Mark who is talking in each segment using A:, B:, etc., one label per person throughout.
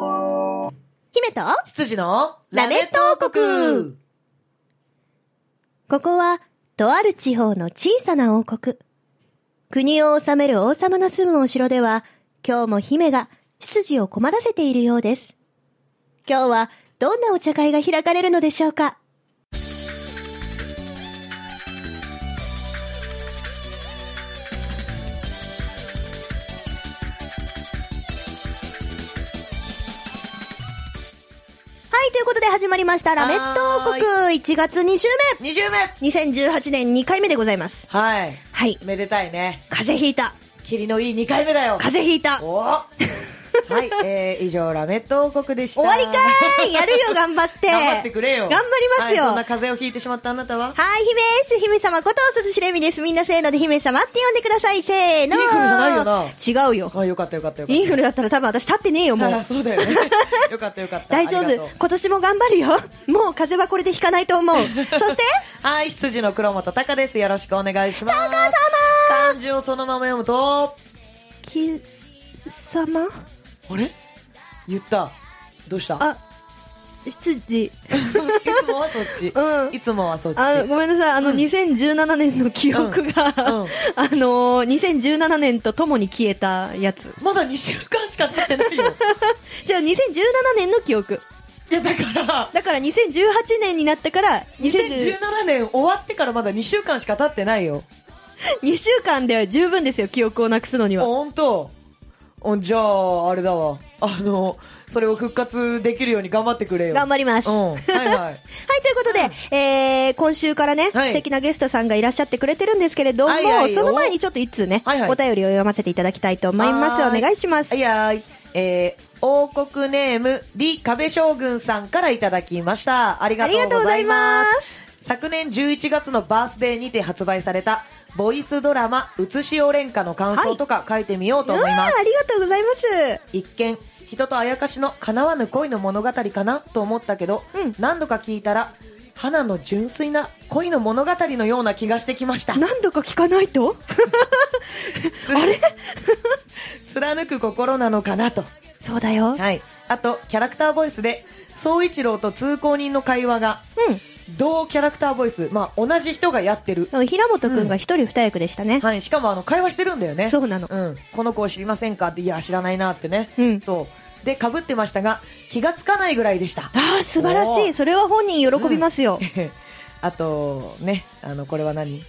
A: 姫と、
B: 羊の
A: ラメット王国ここは、とある地方の小さな王国。国を治める王様の住むお城では、今日も姫が執事を困らせているようです。今日は、どんなお茶会が開かれるのでしょうかはい、ということで始まりました、ラメット王国1月2週目
B: 二十目
A: !2018 年2回目でございます。
B: はい。
A: はい、
B: めでたいね。
A: 風邪ひいた。
B: 霧のいい二回目だよ。
A: 風邪ひいた。
B: おはい、えー、以上、ラメット王国でした。
A: 終わりかーいやるよ、頑張って。
B: 頑張ってくれよ。
A: 頑張りますよ。
B: はいそん
A: は、
B: ない風邪をひいてしまったあなたは
A: 姫主姫様こと、鈴しれみです。みんなせーので姫様って呼んでください。せーの。
B: インフルじゃない
A: よな。違うよ。
B: あ、よかったよかったよかっ
A: インフルだったら多分私立ってねえよ、
B: た。
A: も う
B: あ。そうだよね。よかったよかった。
A: 大丈
B: あり
A: 夫
B: がと。う
A: 今年も頑張るよ。もう風邪はこれで引かないと 思う。そして、
B: はい、羊の黒本隆です。よろしくお願いします。隆様漢字をそのまま読むと、
A: き、様
B: あれ言った。どうした
A: あ、羊。
B: いつもはそっち。
A: うん
B: いつもはそっち。
A: あごめんなさい、あの、2017年の記憶が、
B: うんうん
A: あのー、2017年とともに消えたやつ。
B: まだ2週間しか経ってないよ。
A: じゃあ2017年の記憶。
B: いや、だから、
A: だから2018年になったから、
B: 2017
A: 2010
B: 年終わってからまだ2週間しか経ってないよ。
A: 2週間では十分ですよ、記憶をなくすのに
B: あ
A: は。
B: ほんとあじゃあ、あれだわ。あの、それを復活できるように頑張ってくれよ。
A: 頑張ります。
B: う
A: は
B: ん。はい はい。
A: い、ということで、えー、今週からね、
B: はい
A: 素敵なゲストさんがいらっしゃってくれてるんですけれども、
B: はいはい
A: その前にちょっと一通ね、
B: はいはい
A: お便りを読ませていただきたいと思います。
B: はー
A: お願いします。
B: はいはい。えー、王国ネーム、李壁将軍さんからいただきました。ありがとうござい
A: あ
B: ま。
A: りがとうございます
B: 昨年11月のバースデーにて発売された、ボイスドラマ、うつしおれんかの感想とか書いてみようと
A: うわ
B: 思います。
A: ーありがとうございます。
B: 一見人とあやかしの叶わぬ恋の物語かなと思ったけど、
A: うん
B: 何度か聞いたら花の純粋な恋の物語のような気がしてきました
A: 何度か聞かない とあれ
B: 貫く心なのかなと、
A: そうだよ。
B: はい、あとキャラクターボイスで総一郎と通行人の会話が同キャラクターボイス、まあ、同じ人がやってる、
A: うん。平本くんが一人二役でしたね。
B: はい、しかもあの会話してるんだよね
A: そうなの。
B: うん、この子を知りませんかっていや知らないなってね、
A: うん
B: そうでかぶってましたが気がつかないぐらいでした
A: ああ、素晴らし
B: お
A: い。
B: ー
A: それは本人喜びますよ。
B: あとねあのこれは何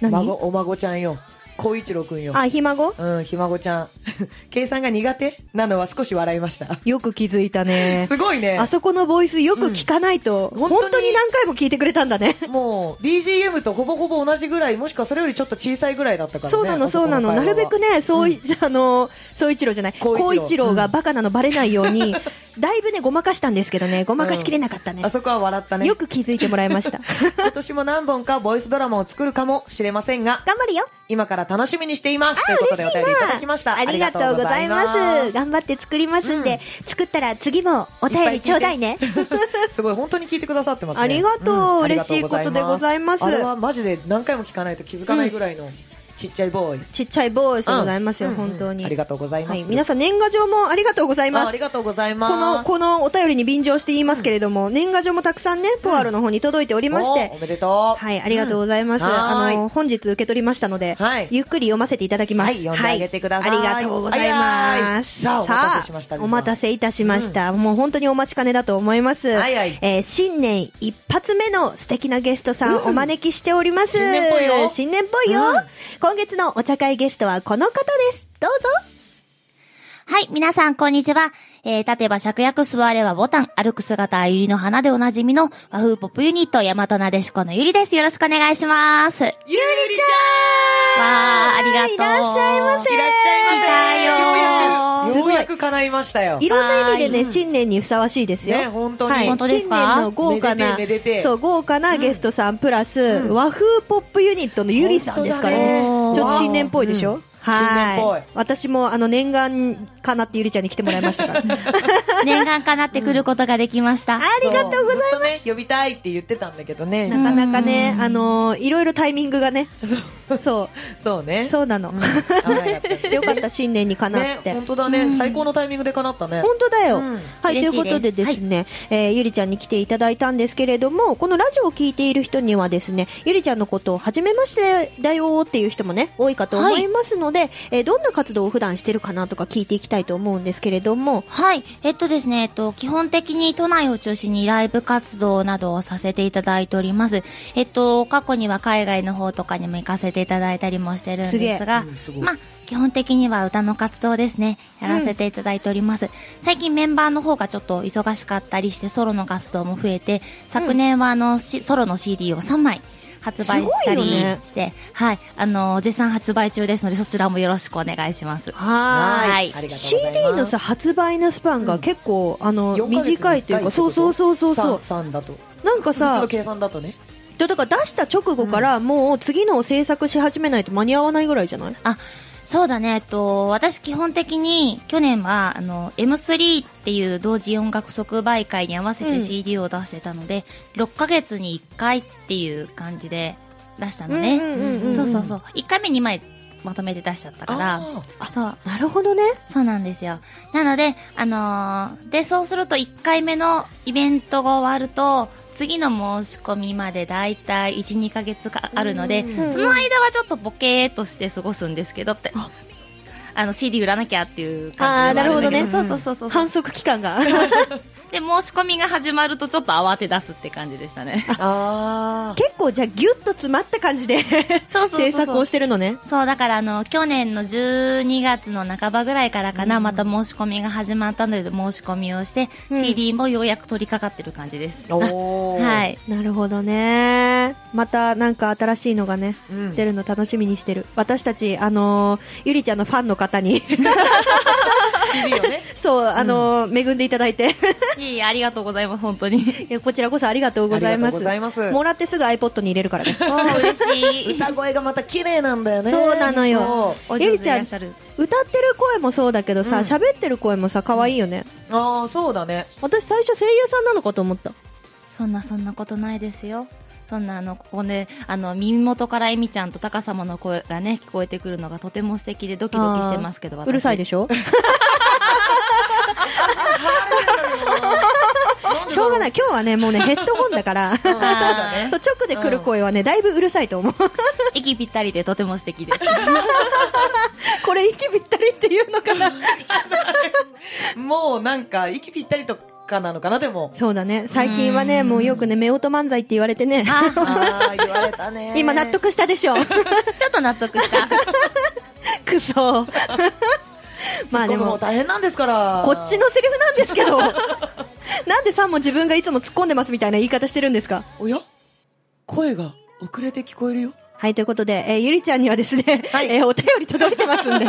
B: 孫
A: 何
B: お孫ちゃんよ孝一郎くんよ
A: あ、ひ孫
B: うんひ孫ちゃん 計算が苦手なのは少し笑いました
A: よく気づいたね。
B: すごいね
A: あそこのボイスよく聞かないと、
B: ん本当に
A: 本当に何回も聞いてくれたんだね。
B: もう BGM とほぼほぼ同じぐらいもしくはそれよりちょっと小さいぐらいだったからね
A: そうなの、そうなの。なるべく
B: ね
A: ね、そうい、 あの、総一郎じゃない、
B: 宗一郎
A: 高一郎がバカなのバレないよう に、だいぶね、ごまかしたんですけどね、ごまかしきれなかったね
B: あ。そこは笑ったね
A: よく気づいてもらいま した。
B: 今年も何本かボイスドラマを作るかもしれませんが
A: 頑張るよ。
B: 今から楽しみにしていますということでお
A: 嬉しい
B: 便
A: な
B: りいただきました
A: ありがとうございます
B: ありがとうございます
A: 頑張って作りますんで、作ったら次もお便りちょうだい ね
B: すごい本当に聞いてくださってますね。
A: ありがとうん嬉しいことでございます
B: あれはマジで何回も聞かないと気づかないぐらいのちっちゃいボーイス。
A: ちっちゃいボーイでございますよ、
B: うん
A: 本当に
B: ありがとうございます。
A: はい、皆さん年賀状もありがとうござい
B: あ
A: ま
B: あ
A: す
B: りがとうございます。
A: このこのお便りに便乗して言いますけれども、年賀状もたくさんねポワロの方に届いておりまして、
B: おおめでとう。
A: はい、ありがとうございます。
B: うんは
A: あ
B: ーい
A: の、本日受け取りましたので、
B: はい
A: ゆっくり読ませていただきます。
B: はい読んであげてください
A: はありがとうござい
B: は
A: ま
B: い
A: す。
B: さあお待たせしました
A: さあお待たせいたしました。もう本当にお待ちかねだと思います。
B: はいはい
A: えー新年一発目の素敵なゲストさんお招きしております。
B: 新年っぽいよ
A: 新年っぽいよ
B: うん
A: 今月のお茶会ゲストはこの方です。どうぞ。
C: はい、皆さん、こんにちは。えー、立てば芍薬、座ればボタン、歩く姿は百合の花でおなじみの和風ポップユニット、大和なでしこのゆりです。よろしくお願いします。わー、
B: ゆりち
C: ありがとう。
A: いらっしゃいませ
C: いらっしゃい
B: ゃ
C: ま
B: ん
C: せ
A: す
B: よ
A: ご
B: う
A: い
B: やく叶いましたよ
A: い。ろんな意味で
C: は
A: ね、
C: い
A: 新年にふさわしいですよ。
B: ね本当に
A: はい
C: 本当ですか
A: 新年の豪華な
B: めでてめでて、
A: そう、豪華なゲストさん、プラス、和風ポップユニットのゆりさんですからね。
B: 本
A: ち
B: 当だ
A: ょ
B: ね
A: っと新年っぽいでし
B: う
A: ょ
B: 新年っぽい
A: はい。私もあの念願かなってゆりちゃんに来てもらいま したから。
C: 念願叶ってくることができました。
A: ありがとうござい
B: そうずっとね、呼びたいって言ってたんだけど
A: ます。
B: ね。
A: なか なかね、あのーいろいろタイミングがね、そ
B: そうね。
A: う、そうなの。
B: うん可愛かったです
A: よかった、新年にかなっ
B: ね、
A: て。
B: 本当だね。最高のタイミングで叶ったね。
A: 本当だよ。
B: うん
A: はい、という
C: 嬉しいです
A: ことでですね、えーゆりちゃんに来ていただいたんですけれども、このラジオを聞いている人にはですね、ゆりちゃんのことを初めましてだよーっていう人もね、多いかと思いますので、えーどんな活動を普段してるかなとか聞いていきたいと思うんですけれども、
C: はい。えっとですね、えっと、基本的に都内を中心にライブ活動などをさせていただいております。えっと、過去には海外の方とかにも行かせていただいたりもしてるん
A: すげ
C: で
A: え
C: すが、
B: うんすごい
C: まあ、基本的には歌の活動ですね、やらせていただいております。最近メンバーの方がちょっと忙しかったりして、ソロの活動も増えて、昨年はあの、しソロの CD を3枚発売したり
A: すごいよね
C: して、はい。あの、絶賛発売中ですので、そちらもよろしくお願いします。
A: はーい。
C: は
B: はいい。ありがとうございます
A: CD のさ、発売のスパンが結構、あの
B: 4ヶ月に一
A: 短
B: 回
A: いというか、そうそうそうそうそう
B: さんだと。
A: なんか
B: そ
A: さ
B: の、計算だとね。
A: だから出した直後から、もう次のを制作し始めないと間に合わないぐらいじゃない
C: あそうだね、えっと、私基本的に去年はあの M3 っていう同時音楽即売会に合わせ
A: う
C: て
A: ん
C: CD を出してたので、6ヶ月に1回っていう感じで出したのね、
A: うんうんうんうん
C: そうそうそう1回目2枚まとめて出しちゃったから
B: あ
C: そう
A: なるほどね。
C: そうなんですよなので、あのーでそうすると1回目のイベントが終わると次の申し込みまでだいたい12ヶ月があるので、
B: うん
C: その間はちょっとボケーっとして過ごすんですけどってあの CD 売らなきゃっていう感じではあんだけ
A: あーなるほどね
C: そうそうそうそう
A: 反則期間が。
C: で申し込みが始まるとちょっと慌て出すって感じでしたね
B: あー。
A: 結構じゃあギュッと詰まった感 じで
C: そうそうそうそう
A: 制作をしてるのね
C: そうだからあの去年の12月の半ばぐらいからかな、また申し込みが始まったので申し込みをして、
A: うん
C: CD もようやく取り掛かってる感じです
B: おー
C: は。い
A: なるほどねまたなんか新しいのがね、
B: うん
A: 出るの楽しみにしてる私たちあのーゆりちゃんのファンの方に
B: CD をね。
A: そうあのー恵んでいただいて
C: いえいえありがとうございます本当に
A: いやこちらこそありがとうございま
B: ありがと
A: す
B: うございます
A: もらってすぐ iPod に入れるからね
C: おー嬉しい
B: 歌声がまた綺麗なんだよね。
A: そうなのよ
B: そう
C: お
A: ゆ
C: 上
A: り
C: 手
A: ち
C: でい
A: ゃ
C: ら
A: ん
C: っし
A: 歌
C: ゃる
A: ってる声もそうだけどさ
B: うん
A: 喋、ってる声もさ可愛いよね
B: ああ、そうだね。
A: 私最初声優さんなのかと思った
C: そんなそんなことないですよそんなあのここねあの耳元からえみちゃんと高様の声がね聞こえてくるのがとても素敵でドキドキしてますけど
A: あーうるさいで
C: し
A: しょ しょうがない今日はね もうねヘッドホンだから
B: そうだね
A: そう直で来る声はね、だいぶうるさいと思う。
C: 息ぴったりでとても素敵です
A: これ息ぴったりっていうの かな。
B: もうなんか、息ぴったりとかなのかな、でも。
A: そうだね。最近はね、もうよくね、夫婦漫才って言われてね。
B: ああ、言われたね
A: 今納。得したで しょ。
C: ちょっと納得 した
A: く そ。まあで
B: も
A: も
B: う、大変なんですから。
A: こっちのセリフなんですけど。なんでさんも自分がいつも突っ込んでますみたいな言い方してるんですか
B: おや声が遅れて聞こえる よ。
A: はい、ということで、えーゆりちゃんにはですね、えーお便り届いてますんで。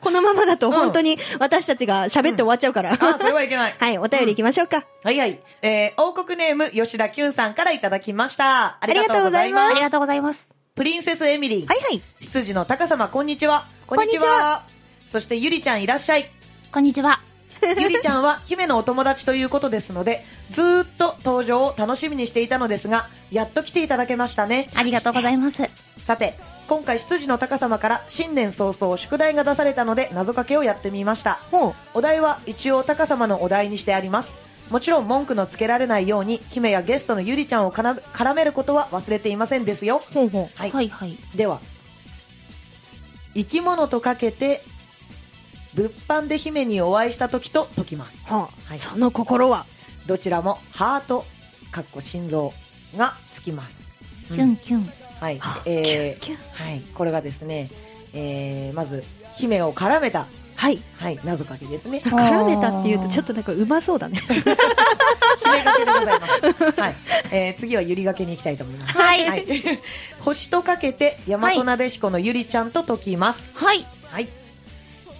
A: このままだと本当に私たちが喋って終わっちゃうから。
B: ああ、それはいけない。
A: はい、お便り行きましょうか。
B: はいはい。えー、王国ネーム、吉田きゅんさんからいただきました。ありがとうございま
C: あ
B: す。
C: りがとうございます
B: プリンセスエミリー。
A: はいはい。
B: 執事の高様、こんにちは。こ
A: んにちは
B: そして、ゆりちゃんいらっしゃい。
C: こんにちは
B: ゆりちゃんは姫のお友達ということですので、ずーっと登場を楽しみにしていたのですが、やっと来ていただけましたね。
C: ありがとうございます
B: さて、今回執事の高様から新年早々宿題が出されたので謎かけをやってみました。
A: もう、
B: お題は一応高様のお題にしてありますもちろん文句のつけられないように姫やゲストのゆりちゃんをかな絡めることは忘れていませんですよ
A: ほうほう。
B: はい、
C: はいはい
B: では生き物とかけて物販で姫にお会いした時と解きます
A: はあ
B: はい
A: その心は
B: どちらもハートかっこ心臓がつきます、
C: キュンキュン
B: はいえ
A: キュンキュン
B: ーはい、これがですね、えー、まず姫を絡めた、
A: はい
B: はい、謎かけですね
C: あ
A: 絡めたっていうとちょっとなんかうまそうだね
B: 決めがけでございます。 はい、えー次はゆりがけに行きたいと思います。
C: はい
B: はい、星とかけて、大和なでしこのゆりちゃんと解きます。
C: はい
B: はい。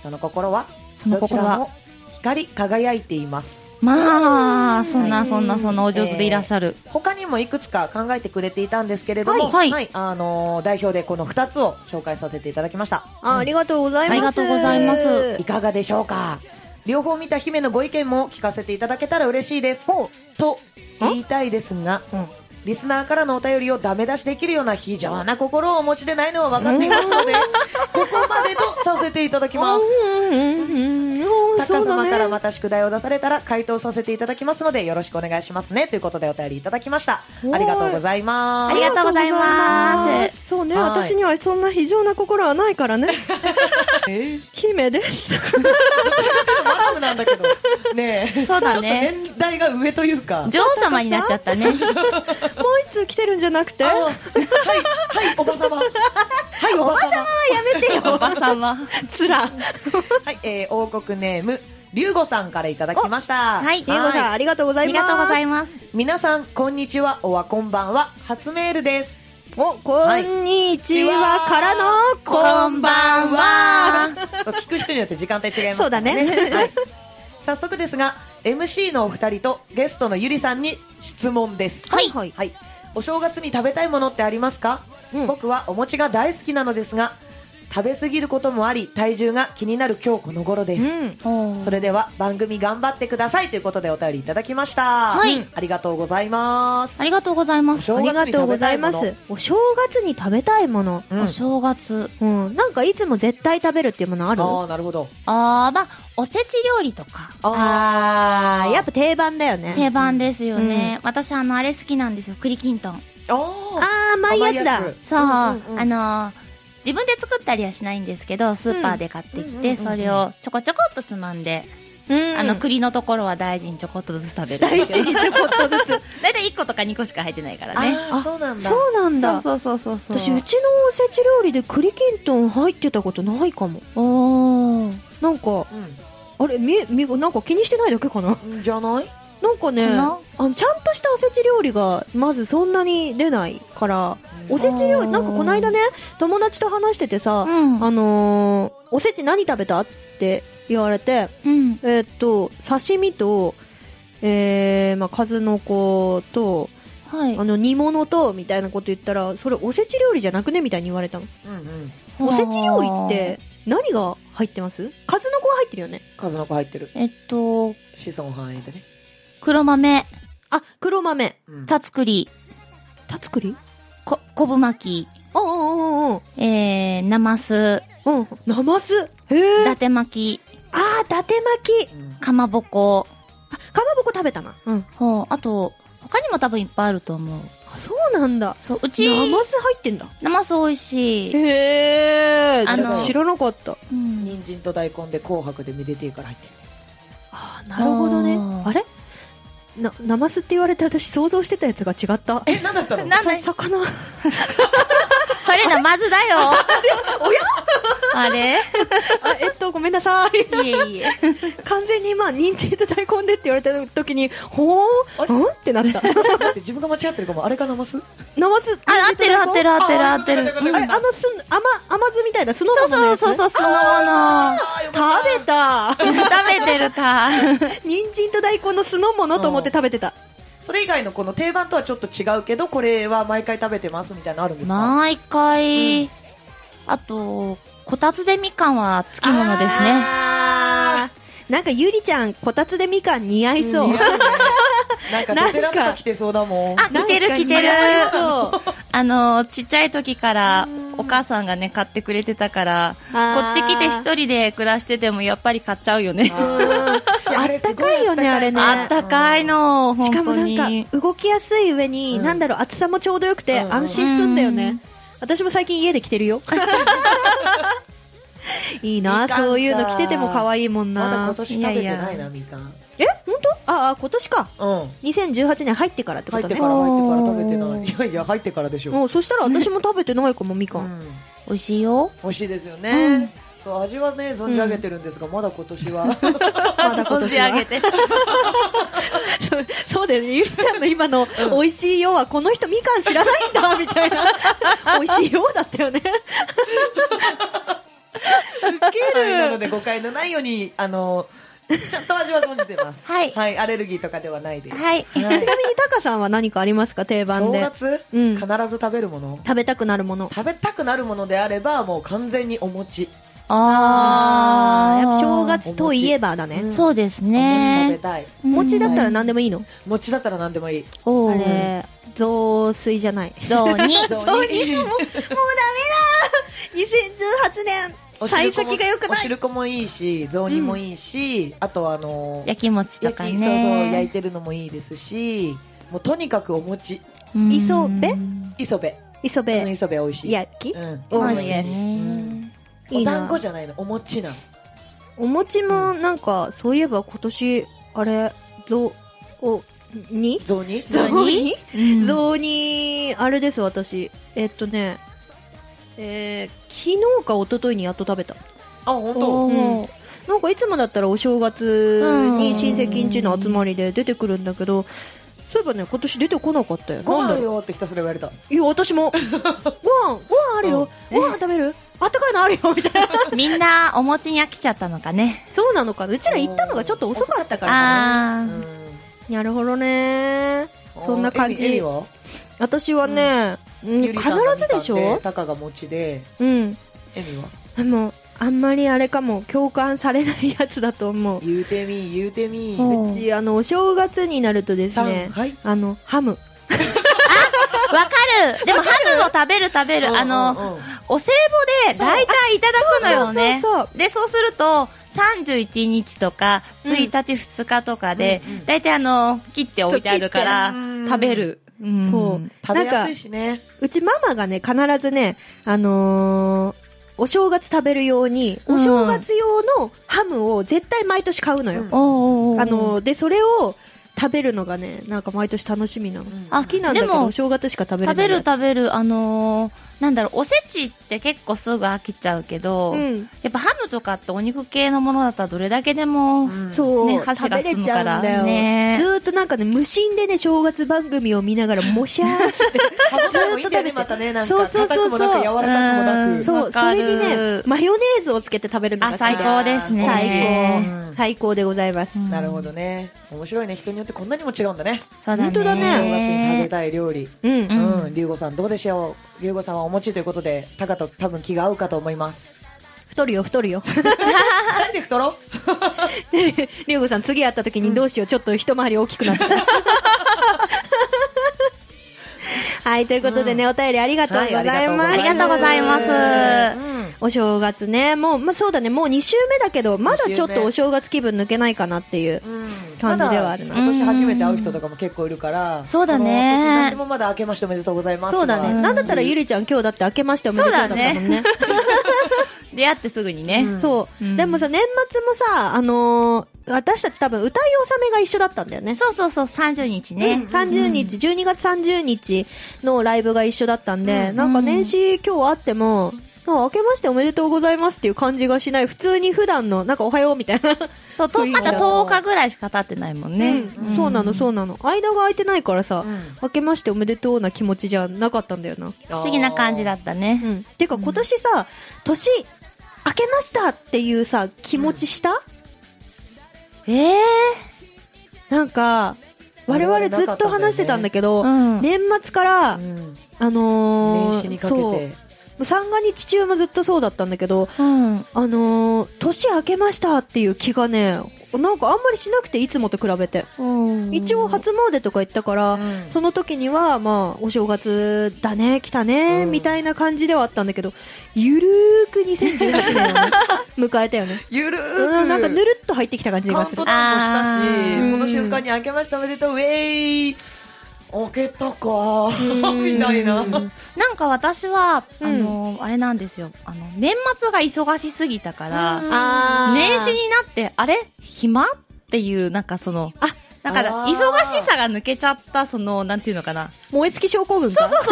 B: その心は。
C: その心
B: ど
C: は
B: ちらも光り輝いています。
C: まあ、そんな、
A: はい
C: そんな、そんなお上手でいらっしゃる。
B: 他にもいくつか考えてくれていたんですけれども、
C: はいはい
B: あのー代表でこの2つを紹介させていただきました。
A: あありがとうございます。
C: ありがとうございます
B: いかがでしょうか両方見た姫のご意見も聞かせていただけたら嬉しいです。と言いたいですが、リスナーからのお便りをダメ出しできるような非常な心をお持ちでないのは分かっていますので、ここまでとさせていただきます。
A: うんうんうんうん。
B: 高
A: そうだ
B: 様
A: ね
B: からまた宿題を出されたら回答させていただきますのでよろしくお願いしますねということでお便りいただきました
A: おーい
B: ありがとうございます
C: ありがとうございます。
A: そうね、
B: はい
A: 私にはそんな非常な心はないからね。
B: えー
A: 姫です。
B: マダムなんだけどねえ
C: そうだね
B: ちょっと年代が上というか
C: 女王様になっちゃったね。
A: もう一通来てるんじゃなくて。
B: あの
A: は
B: はいはいおばさまはいおばさま
A: やめてよ。
C: おばさま。
A: つら。
B: はい、えー、王国ネーム龍吾さんからいただきました
C: はい
A: 英語さん、ありがとうござ
C: あ
A: い
C: り
A: ます。
C: がとうございます。
B: 皆さんこんにちはおはこんばんは初メールです
A: お、こんにちはからの、こんばんは。
B: そう聞く人によって時間帯違います、
A: そうだね
B: はい早速ですが MC のお二人とゲストのゆりさんに質問です
C: はい
A: はい
B: はい、お正月に食べたいものってありますか、
A: うん
B: 僕はお餅が大好きなのですが食べ過ぎることもあり体重が気になる今日この頃で
A: う
B: す、
A: ん。
B: それでは番組頑張ってくださいということでお便りいただきました、
C: はい
B: うんありがとうございます
C: ありがとうございます。
A: あ
B: お
A: り
B: 正
A: が
B: 月
A: とう
B: に食
A: ご
B: べ
A: ざ
B: た
A: い
B: いも
A: ま
B: の
A: す。お正月に食べたいもの。
B: うん
C: お正月。
A: うん。なんかいつも絶対食べるっていうものある
B: ああなるほど
C: ああ、まあ、おせち料理とか。
A: あ
B: あ
A: ーやっぱ定番だよね。
C: 定番ですよね。私、あの、あれ好きなんですよ。栗きんとん。
B: あー
A: あー、甘いやつだ。
B: 甘いや
C: そう、
B: うんうんうん
C: あの自分で作ったりはしないんですけどスーパーで買ってきて、
B: うんうんうんうん
C: それをちょこちょこっとつまんで、
A: うん
C: あの栗のところは大事にちょこっとずつ食べる
A: 大 事にちょこっとずつ。
C: 大体1個とか2個しか入ってないからね
B: あーそうなんだ
A: そうなんだ。
C: そうそうそうそう
A: 私、うちのおせち料理で栗きんとん入ってたことないかも。
C: おー
A: なんか、あれ、み、み、なんか気にしてないだけかな。
B: うんじゃない
A: なんかね、
C: か
A: あ
C: な
A: の、ちゃんとしたおせち料理が、まずそんなに出ないから、おせち料
C: あ
A: 理、
C: ー
A: なんかこの間ね、友達と話しててさ
C: う、ん
A: あのー、おせち何食べたって言われて、
C: うん
A: えーっと、刺身と、えー、まあ、数の子と、
C: はい
A: あの、煮物と、みたいなこと言ったら、それおせち料理じゃなくねみたいに言われたの。
B: うんうん
A: おせち料理って、何が入ってます数の子は入ってるよね。
B: 数の子入ってる
C: えっと
B: 子孫繁栄でね
C: 黒豆
A: あ、黒豆。
B: うん
C: たつくり
A: たつくり
C: こ昆布巻き
A: おうんうん
C: えー、なます
A: うんうん。うん。なます。へ
C: 伊
A: え。
C: 達巻き
A: あー、伊達巻き。
B: うん
C: かまぼこ
A: あ、かまぼこ食べたな。うん。
C: ほうあと他にも多分いっぱいあると思う
A: あ、そうなんだ。
C: そううち
A: なます入ってんだ。
C: なます美味しい
A: へえ。
C: あの
A: 知らなかった。
C: うん
B: 人参と大根で紅白でめでてえから入ってる
A: あー、なるほどね
C: あ。ー
A: あれな、なますって言われて私想像してたやつが違った。
B: え 何だったの
C: なんだ
A: さ魚。
C: それなまずだよ。 おやあれ
A: あ、えっと、ごめんなさい。
C: いえいえ。
A: 完全に今、人参と大根でって言われた時に、ほ
B: あ
A: ー
B: れ
A: んってなった。
B: 待って自分が間違ってるかもあれかなます
A: なます。
C: あ、合ってる合ってる合ってる合ってる。
A: あれ、あのすん、甘、甘酢みたいな、酢の
C: そう
A: 物の
C: そ
A: や
C: う
A: つ、
C: そうそう、そのも
A: 食べた。
C: の。 食べてるか。
A: 人参と大根の酢の物と思って食べてた。
B: それ以外のこの定番とはちょっと違うけどこれは毎回食べてますみたいなのあるんですか
C: 毎回、あと、こたつでみかんはつきものですね。
A: あーなんかゆりちゃん、こたつでみかん似合いそう。
B: 似合ねなんかベテランとか来てそうだもん
C: あ、着てる着てる。
A: なんか似合い そう
C: あの、ちっちゃい時から、お母さんがね、買ってくれてたから、こ
A: あー
C: っち来て一人で暮らしてても、やっぱり買っちゃうよね。
A: あったかいよねあれね
C: あったかいの、本
A: しかも
C: 当
A: な
C: に。
A: んか動きやすい上に、
B: うん
A: なんだろう厚さもちょうどよくて
B: うん
A: 安心すんだよ
C: う
A: ね
C: ん
A: 私も最近家で着てる よいいな
B: みかんか
A: そういうの着てても可愛いもん
B: まだ
A: な
B: 今年食べて
C: いや
B: ない
C: い
B: なみかんうん
A: え本当ああ今年か2018年入ってからってこ
B: 入
A: と
B: って
A: ね
B: から入ってから
C: お
B: 食べてないいやいや入ってからでしょ
A: もうそしたら私も食べてないかもみか、
B: うんん
C: 美味しいよ。
B: 美味しいですよ
C: う
B: ね
C: ん
B: そう味はね存じ上げてるんですがまだ今 年は
A: まだ今
C: 存
A: 年
C: じ上げ
A: は
C: て。
A: そう そうだよねゆりちゃんの今の「美味しいよ」はこの人みかん知らないん だみたいな「美味しいよ」だったよねウケ
B: な
A: る
B: ので誤解のないようにあのちゃんと味は存じてます
C: はい
B: はい、アレルギーとかではないです
C: はい。
A: ちなみにタカさんは何かありますか定番
B: 正
A: で
B: 月、
A: うん
B: 必ず食べるもの
A: 食べたくなるもの
B: 食べたくなるものであればもう完全にお餅
C: あ
A: や
C: ー。
A: っぱ正月といえばだね
B: うん
C: そうです
B: お餅食べ
C: ね。
B: たい
A: お餅だった
C: ら、
A: ら何でもいいの
B: 餅だったら何でもいい
C: お
A: あ
C: ー。
A: れ雑炊じゃない
C: 雑煮。
B: 雑
A: もう
B: 煮
A: もうダメだ2018
B: お
A: 年幸
B: 汁粉も
A: 先が良く
B: お
A: ない
B: 汁粉もいいし雑煮もいいし、あとあの
C: 焼き餅とかね。
B: 焼きそうそう焼いてるのもいいですしもうとにかくお餅
C: うん
A: 磯辺
B: 磯辺
A: 磯
B: うん
A: 辺
B: 磯辺美味しい
A: 焼き
B: うん
A: 美
C: 美
A: 味
C: 味しい
B: うん
C: ね。
A: い
B: お
A: いな
B: 団子じゃないのお餅なの
A: お餅もなんかそういえば今年あれ雑おに
B: 雑煮
C: 雑煮うん
A: 雑煮あれです私えっとねえー昨日か一昨日にやっと食べた
B: あ本
C: お
B: 当
C: ー
A: なんかいつもだったらお正月に親戚んちの集まりで出てくるんだけどそういえばね今年出てこなかったよ
B: ご
A: なんだろ
B: 飯
A: う
B: よってひたすら言われた
A: いや私もご飯ご飯あるよ
B: うん
A: ご飯食べるあったかいのあるよみたいな
C: みんなお餅に飽きちゃったのかね。
A: そうなのかなうちら行ったのがちょっと遅かったから
C: あー。
B: う
A: なるほどねそんな感
B: エビエビ
A: じ
B: は
A: 私はね、うん
B: ゆり
A: 必
B: さんが
A: ずでし
B: みかん
A: ょ
B: たかが餅で
A: うん
B: エミは
A: でもあんまりあれかも共感されないやつだと思う
B: 言うてみ言うてみ
C: ほ
A: うちあのお正月になるとです
B: さん
A: ね
B: はい
A: あのハム
C: わかるでもハムも食べる食べる。あの、
B: うんうんうん
C: お歳暮で大体いただくのよね。
A: そうそうそう
C: で、そうすると、31日とか、
A: うん
C: 1日、2日とかで
B: うんうん、
C: 大体あの、切って置いてあるから
B: そう切っ、て
C: 食べる。うん
A: そう
B: 食べやすいしね
A: うちママがね必ずねあのーお正月食べる用に、
C: うん
A: お正月用のハムを絶対毎年買うのよ、
C: おーおーおー
A: あのーでそれを食べるのがねなんか毎年楽しみなの、
B: ん
A: 好きなんだけ
C: でも
A: どお正月しか食べれな
C: 食
A: い
C: べる食べる、あのーなんだろう、おせちって結構すぐ飽きちゃうけど、
A: うん
C: やっぱハムとかってお肉系のものだったらどれだけでも、
B: うん
A: そう、
C: ね箸
A: 食
C: が
A: べれ
C: 進む
A: ち
C: か
A: ゃ
C: ら
A: うんだよ、
C: ね
A: ずーっとなんかね無心でね正月番組を見なが らもしゃーっつって
B: 歯ごたえもいいんだよ
A: ずーっと食
B: ね
A: べて
B: またねなん
A: そ
B: か
A: うそうそう
B: 硬
A: そう
B: くもなく柔らかくもな
C: う
B: く
C: ん
A: そう
C: わ
A: そ
C: かる
A: れにねマヨネーズをつけて食べるのが
C: あ、
A: 好き
C: 最
A: で
C: 高ですね。
A: 最
B: 高うん
A: 最高でございます、
C: うん
B: なるほどね面白いね人によってこんなにも違うんだね
C: そうだね。
A: 本当だ
B: 正月に食べ
A: ね
B: たい料理
A: うん
C: ん
B: うん龍吾さんどうでしょう龍吾さんはお餅ということでタカと多分気が合うかと思います
A: 太るよ太 るよ
B: 誰で太ろう
A: りゅうごさん次会った時にどうしよう、ちょっと一回り大きくな った はいということでね、お便りありがとうございます、
C: ありがとうございます
A: お正月ね、もう、まあ、そうだね、もう2週目だけど、まだ
B: 二週目
A: ちょっとお正月気分抜けないかなっていう。感じではあるな
B: まだ今年初めて会う人とかも結構いるから
C: そうだね
B: この時々もまだ明けましておめでとうございます
A: そうだね。
B: は
A: なんだったらゆりちゃん今日だって明けましておめでとうだったもんね。
C: 出会ってすぐにね。
B: うん
A: そう。
C: うん
A: でもさ、年末もさ、あのー私たち多分歌い納めが一緒だったんだよね。
C: そうそうそう、30日
A: ね
C: ね。
A: 30日、12月30日のライブが一緒だったんで、
B: うん
A: なんか年始今日会っても、あ明けましておめでとうございますっていう感じがしない。普通に普段の、なんかおはようみたいな。
C: そう、と
A: そういう
C: ま
A: の
C: だ10日ぐらいしか経ってないもんね。
A: うんそうなの、そうなの。間が空いてないからさ、
B: うん
A: 明けましておめでとうな気持ちじゃなかったんだよな。
C: 不思議な感じだったね。
A: うん。てか今年さ、年明けましたっていうさ、気持ちした、
C: ええ
A: なんか、我々ずっと話してたんだけど、
C: うん
A: 年末から、
B: うん
A: あのー、
B: 年始にかけ
A: そう
B: て
A: 三が日中もずっとそうだったんだけど、
C: うん。
A: あのー、年明けましたっていう気がね、なんかあんまりしなくて、いつもと比べて。一応初詣とか行ったから、
B: うん
A: その時には、まあ、お正月だね、来たね、
B: うん
A: みたいな感じではあったんだけど、ゆるーく2018年を ね、迎えたよね。
B: ゆるー
A: うん、
B: く
A: なんかぬるっと入ってきた感じ
B: カ
A: が
B: ウン
A: す
B: ト
A: る。
B: ダウンもしたし
C: あ
A: ー
B: その瞬間に明けましておめでとうウェイ明けたかーみたいな
A: うん
C: なんか私は、
A: うん
C: あの、あれなんですよ。あの、年末が忙しすぎたから、
A: あー
C: 年始になって、あれ暇っていう、なんかその、
A: あ
C: だから、
B: あ
C: 忙
B: ー
C: しさが抜けちゃった、その、なんていうのかな。
A: 燃え尽き症候群かそう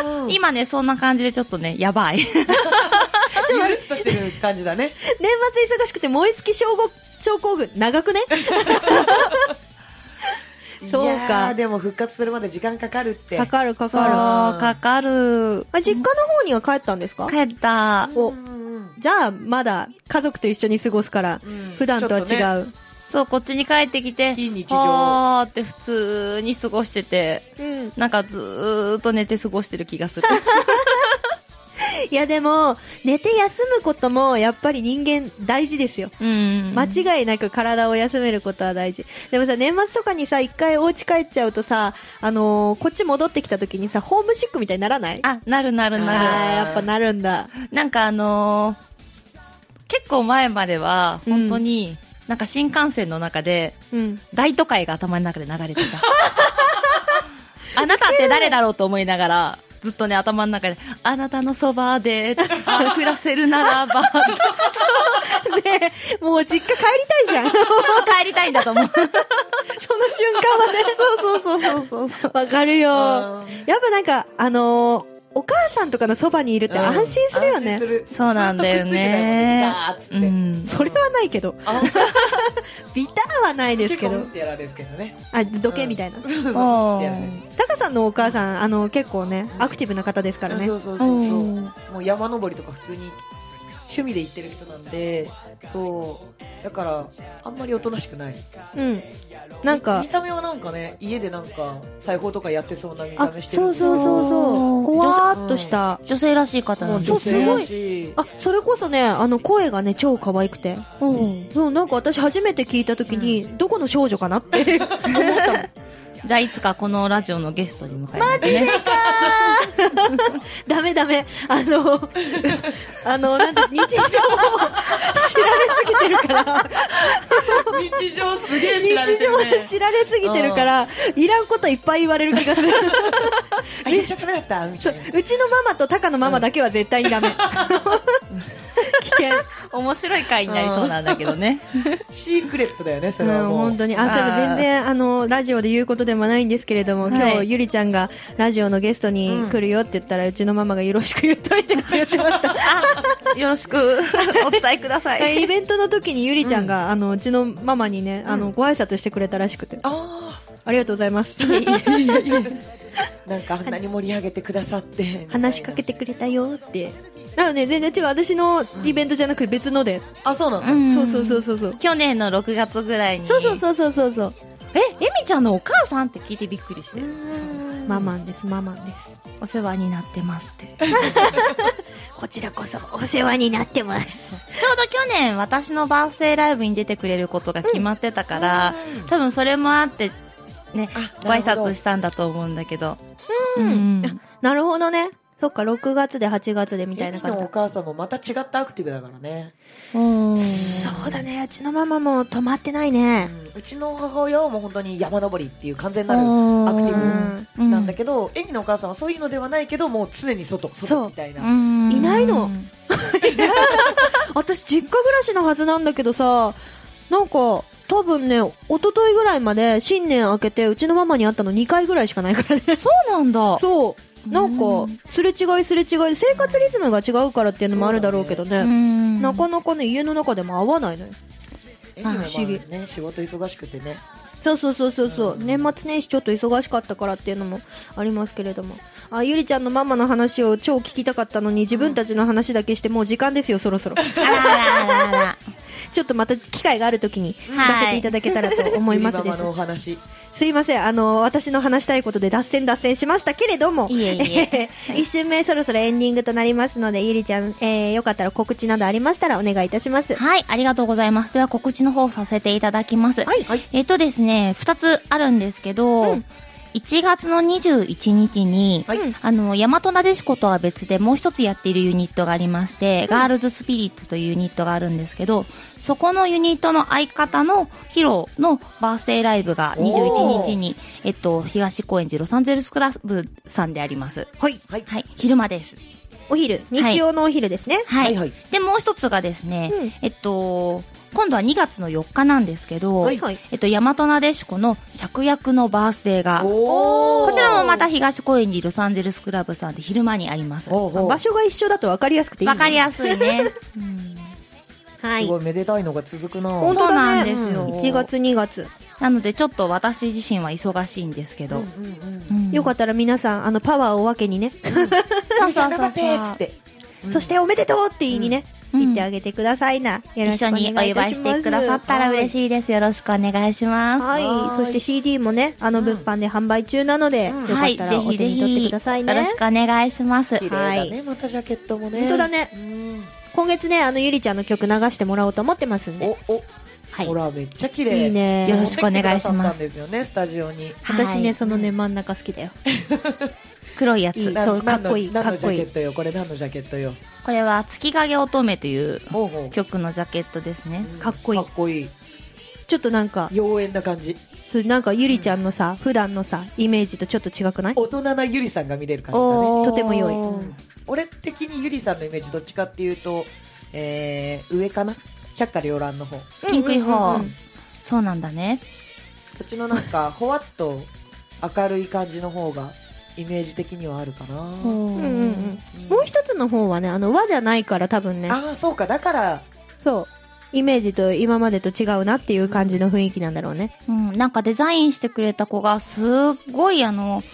A: そう
C: 今ね、そんな感じでちょっとね、やばい。
B: ゆるっとしてる感じだね
A: 年末忙しくて燃え尽き症候症候群長くね そうか
B: いやーでも復活するまで時間かかるって
A: かかるか
C: そう、
A: かる
C: かかる。
A: あ実家の方には帰ったんですか
C: 帰った。
A: お
B: うんうん
A: じゃあ、まだ家族と一緒に過ごすから、
B: うん
A: 普段とは違
B: ちょ
A: う。
D: そう、こっちに帰ってきて、
B: 非日常
D: あーって普通に過ごしてて、
A: うん。
D: なんかずーっと寝て過ごしてる気がする。
A: いや、でも、寝て休むことも、やっぱり人間大事ですよ。
D: うん。
A: 間違いなく体を休めることは大事。でもさ、年末とかにさ、一回お家帰っちゃうとさ、あのーこっち戻ってきた時にさ、ホームシックみたいにならない
D: あ、なるなる
A: あ
D: なる。
A: ーやっぱなるんだ。
D: なんかあのー結構前までは、本当に、なんか新幹線の中で、
A: うん。
D: 大都会が頭の中で流れてた。あなたって誰だろうと思いながら、ずっとね、頭の中で、あなたのそばで、あ暮らせるならば、
A: ねえもう実家帰りたいじゃん。
D: 帰りたいんだと思う。
A: その瞬間はね。
D: そうそうそうそうそう。
A: わかるよ。
B: あ
A: やっぱなんか、あのーお母さんとかのそばにいるって安心するよね。
D: そうなんだよね
B: ずっとくっついてないもんねガーッつ
D: う
B: って。
D: ん。
A: それはないけど。
B: あ
A: ビターはないです
B: 結
A: け
B: 構打
A: ど。
B: ってやられるけどね。
A: あ、時計みたいな。
D: お
B: やられる
D: ー
A: タカさんのお母さん、あの、結構ね、アクティブな方ですからね
B: そ。うそうそうそう
D: うん
B: もう山登りとか普通に趣味で行ってる人なんでそうだからあんまりおとなしくない
A: うん。なんか
B: 見、た目はなんかね家でなんか裁縫とかやってそうな見
A: あ
B: た目、してる
A: そうそうそうそう。ほわーっとした。
C: 女性らしい方
B: も
C: な
B: うん女
C: です
B: 性だし
A: あ、それこそね、あの、声がね、超可愛くて。
C: うん
A: うん、なんか私初めて聞いた時に、どこの少女かなって。
C: じゃあいつかこのラジオのゲストに迎えますね。
A: ダメダメ。あの、 あの、なんて、日常を知られすぎてるから、
B: 日常すげえ
A: 日
B: 知られて
A: 常
B: る、
A: を
B: ね、
A: 知られすぎてるから、いらんこといっぱい言われる気がする。
B: あ言っちゃダメだったみたいな
A: うちのママとタカのママだけは絶対に ダメ。危険。
D: 面白い回になりそうなんだけどね。
B: シークレットだよねそれ
A: う
B: は
A: ん、
B: もう、
A: 本当に。あ、そ
D: あ
A: れ
D: ー
A: 全然、あの、ラジオで言うことでもないんですけれども、今
D: は
A: 日、
D: い
A: ゆりちゃんがラジオのゲストに来るよって言ったら、うちのママがよろしく言っといてって言ってました。
D: よろしくお伝えください。
A: イベントの時にゆりちゃんが、あの、うちのママにね、あの、ご挨拶してくれたらしくて、
B: あ
A: ありがとうございます。
B: あなんかあんなに盛り上げてくださって
A: 話しかけてくれたよって。なので、全然違う。私のイベントじゃなくて別ので。
B: あそうなの、
D: ん
A: そうそうそうそうそう。
D: 去年の6月ぐらいに。
A: そうそうそうそうそうそう。
D: え、エミちゃんのお母さんって聞いてびっくりして。
A: ママンです、ママンです。
D: お世話になってますって。 ちょう
A: こちらこそお世話になってます。
D: ど去年私のバースデーライブに出てくれることが決まってたから、多分それもあって、ね、
B: あ
D: ご挨
B: なるほど
D: 拶したんだと思うんだけど。
A: うん
D: うん
A: なるほどね。そっか、6月で8月でみたいな感じ
B: ゆみのお
A: だ。
B: 母さんもまた違ったアクティブだからね、
A: そうだね。うちのママも止まってないね。
B: うちの母親はもう本当に山登りっていう完全なる
D: うん
B: アクテ
A: う
B: ィ
A: ん。
D: う
B: ブ
D: ん
B: なんだけど、エミのお母さんはそういうのではないけどもう常に外
A: そう
B: 外みたいな、
D: うん
A: いないの私、実家暮らしのはずなんだけどさ、なんか、多分ね、一昨日ぐらいまで新年明けて、うちのママに会ったの2回ぐらいしかないからね。
D: そうなんだ。
A: そう。なん
D: う
A: か、すれ違いすれ違いで、生活リズムが違うからっていうのもあるだろうけどね。
D: うん
A: なかなかね、家の中でも会わないのよ。
B: エミのママ
A: 不思議
B: ね仕事忙しくてね
A: そうそうそうそうそう、年末年始ちょっと忙しかったからっていうのもありますけれどもあゆりちゃんのママの話を超聞きたかったのに自分たちの話だけしてもう時間ですよそろそろ
D: あらららら。
A: ちょっとまた機会がある時に聞かせていただけたらと思います
B: ゆり
A: で
B: マ
A: す、
B: マのお話
A: すいませんあの私の話したいことで脱線脱線しましたけれども
D: いえいえ
A: 一瞬目そろそろエンディングとなりますのでゆりちゃん、えー、よかったら告知などありましたらお願いいたします
C: はい、ありがとうございます。では告知の方させていただきます。
A: はい
B: はい
C: えっとですね、二つあるんですけど、
A: うん
C: 1月の21日に、
B: はい、
A: うん
C: あの、大和なでしことは別でもう一つやっているユニットがありまして、ガールズスピリッツというユニットがあるんですけど、そこのユニットの相方のヒロのバースデーライブが21日に、えっと、東高円寺ロサンゼルスクラブさんであります。
A: はい
B: はい
C: はい、昼間です。
A: お昼
C: はい
A: 日曜のお昼ですね、
C: はい。
B: はいはい
C: で、もう一つがですね、
A: うん
C: えっと、今度は2月の4日なんですけど、
A: はいはい
C: えっと、大和なでしこの芍薬のバースデーが、こ
B: おー
C: ちらもまた東公園にロサンゼルスクラブさんで昼間にあります。わ
B: おうおう
A: 場所が一緒だと分かりやすくていいね
C: かりやすいね。
A: は
B: す
A: い
B: ごいめでたいのが続くな
A: 本当だね
C: そうなんです
A: 1
C: よ
A: 月2月、
C: なので、ちょっと私自身は忙しいんですけ
B: う
C: ど、
B: んうんうん
C: うん
A: よかったら皆さんあのパワーを分けにね、
C: そうそうそうそう
B: 頑張ってっつって
A: そしておめでとうって言いにね、言ってあげてくださいな。よろし
C: 一
A: くお
C: 緒
A: 願い
C: に
A: い
C: お
A: たします。
C: 祝いしてくださったら嬉しいです。よろしくお願いします。
A: はい。そして CD もね、あの物販で販売中なので、よか
C: は
A: っ
C: い、
A: た
C: ぜ
A: らお
C: ひ
A: 手
C: ぜ
A: に取って
C: ひ、
A: くださいね。
C: よろしくお願いします。
B: 綺麗
C: は
B: だ
A: は
B: ね、またジャケットもね。
A: 本当だね
B: うん。
A: 今月ね、あのゆりちゃんの曲流してもらおうと思ってますんで。
B: お、お、
A: はい
B: ほら、めっちゃ綺麗。
A: いいねよろ
C: しくお願いし
B: 持ってきてく
C: ます
B: ださったんですよね、スタジオに。
C: い
A: 私ね、そのね、真ん中好きだよ。
C: 黒いや
A: いい
C: つ。
B: な
A: そう
B: 何の
A: かっこいい
B: 何
A: か
B: の
A: っ
B: ジ
A: こい
B: ャ
A: い
B: ケットよ、これ何のジャケットよ。
C: これは月影乙女という
B: ほうほう
C: 曲のジャケットですね。
A: かっこいい
B: かっこいい。
A: ちょっとなんか、
B: 妖艶な感じ。
A: そうなんかゆりちゃんのさ、普段のさ、イメージとちょっと違くない
B: 大人なゆりさんが見れる感じだね。
C: おー
A: とても良い
B: 俺的にゆりさんのイメージどっちかっていうと、えー、上かな百花繚乱の方。
C: ピンクい方、
A: うんうんうん
C: そうなんだね。
B: そっちのなん か、ほわっと明るい感じの方が、イメージ的にはあるかな。
A: うんうんうんもう一つの方はね、あの、和じゃないから多分ね、
B: ああ、そうか、だから、
A: そう、イメージと今までと違うなっていう感じの雰囲気なんだろうね。
C: うん、なんかデザインしてくれた子がすっごいあの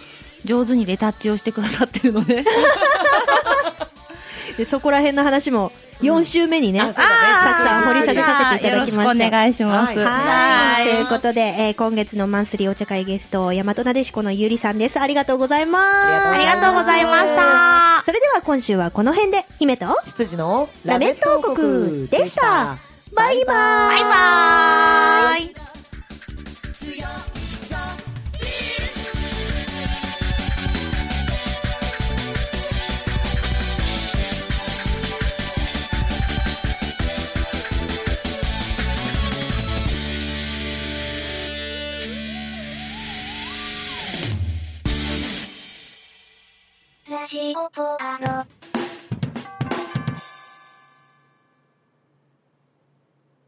C: 上手にレタッチをしてくださって るので
A: で、そこら辺の話も、4週目にね、
B: あ
A: たく
B: そうだね
A: さん掘り下げさせていただきまし
C: よろ
A: た
C: しくお願いします。
B: はい
A: はい。という
C: は
A: ことで、えー今月のマンスリーお茶会ゲスト、大和なでしこのゆりさんです。ありがとうございます。
C: ありがとうございました。
A: それでは今週はこの辺で、姫と、
B: 羊の
A: ラメット王国でした。バイバ
C: バ
A: ー
C: イ
A: イ
C: バーイ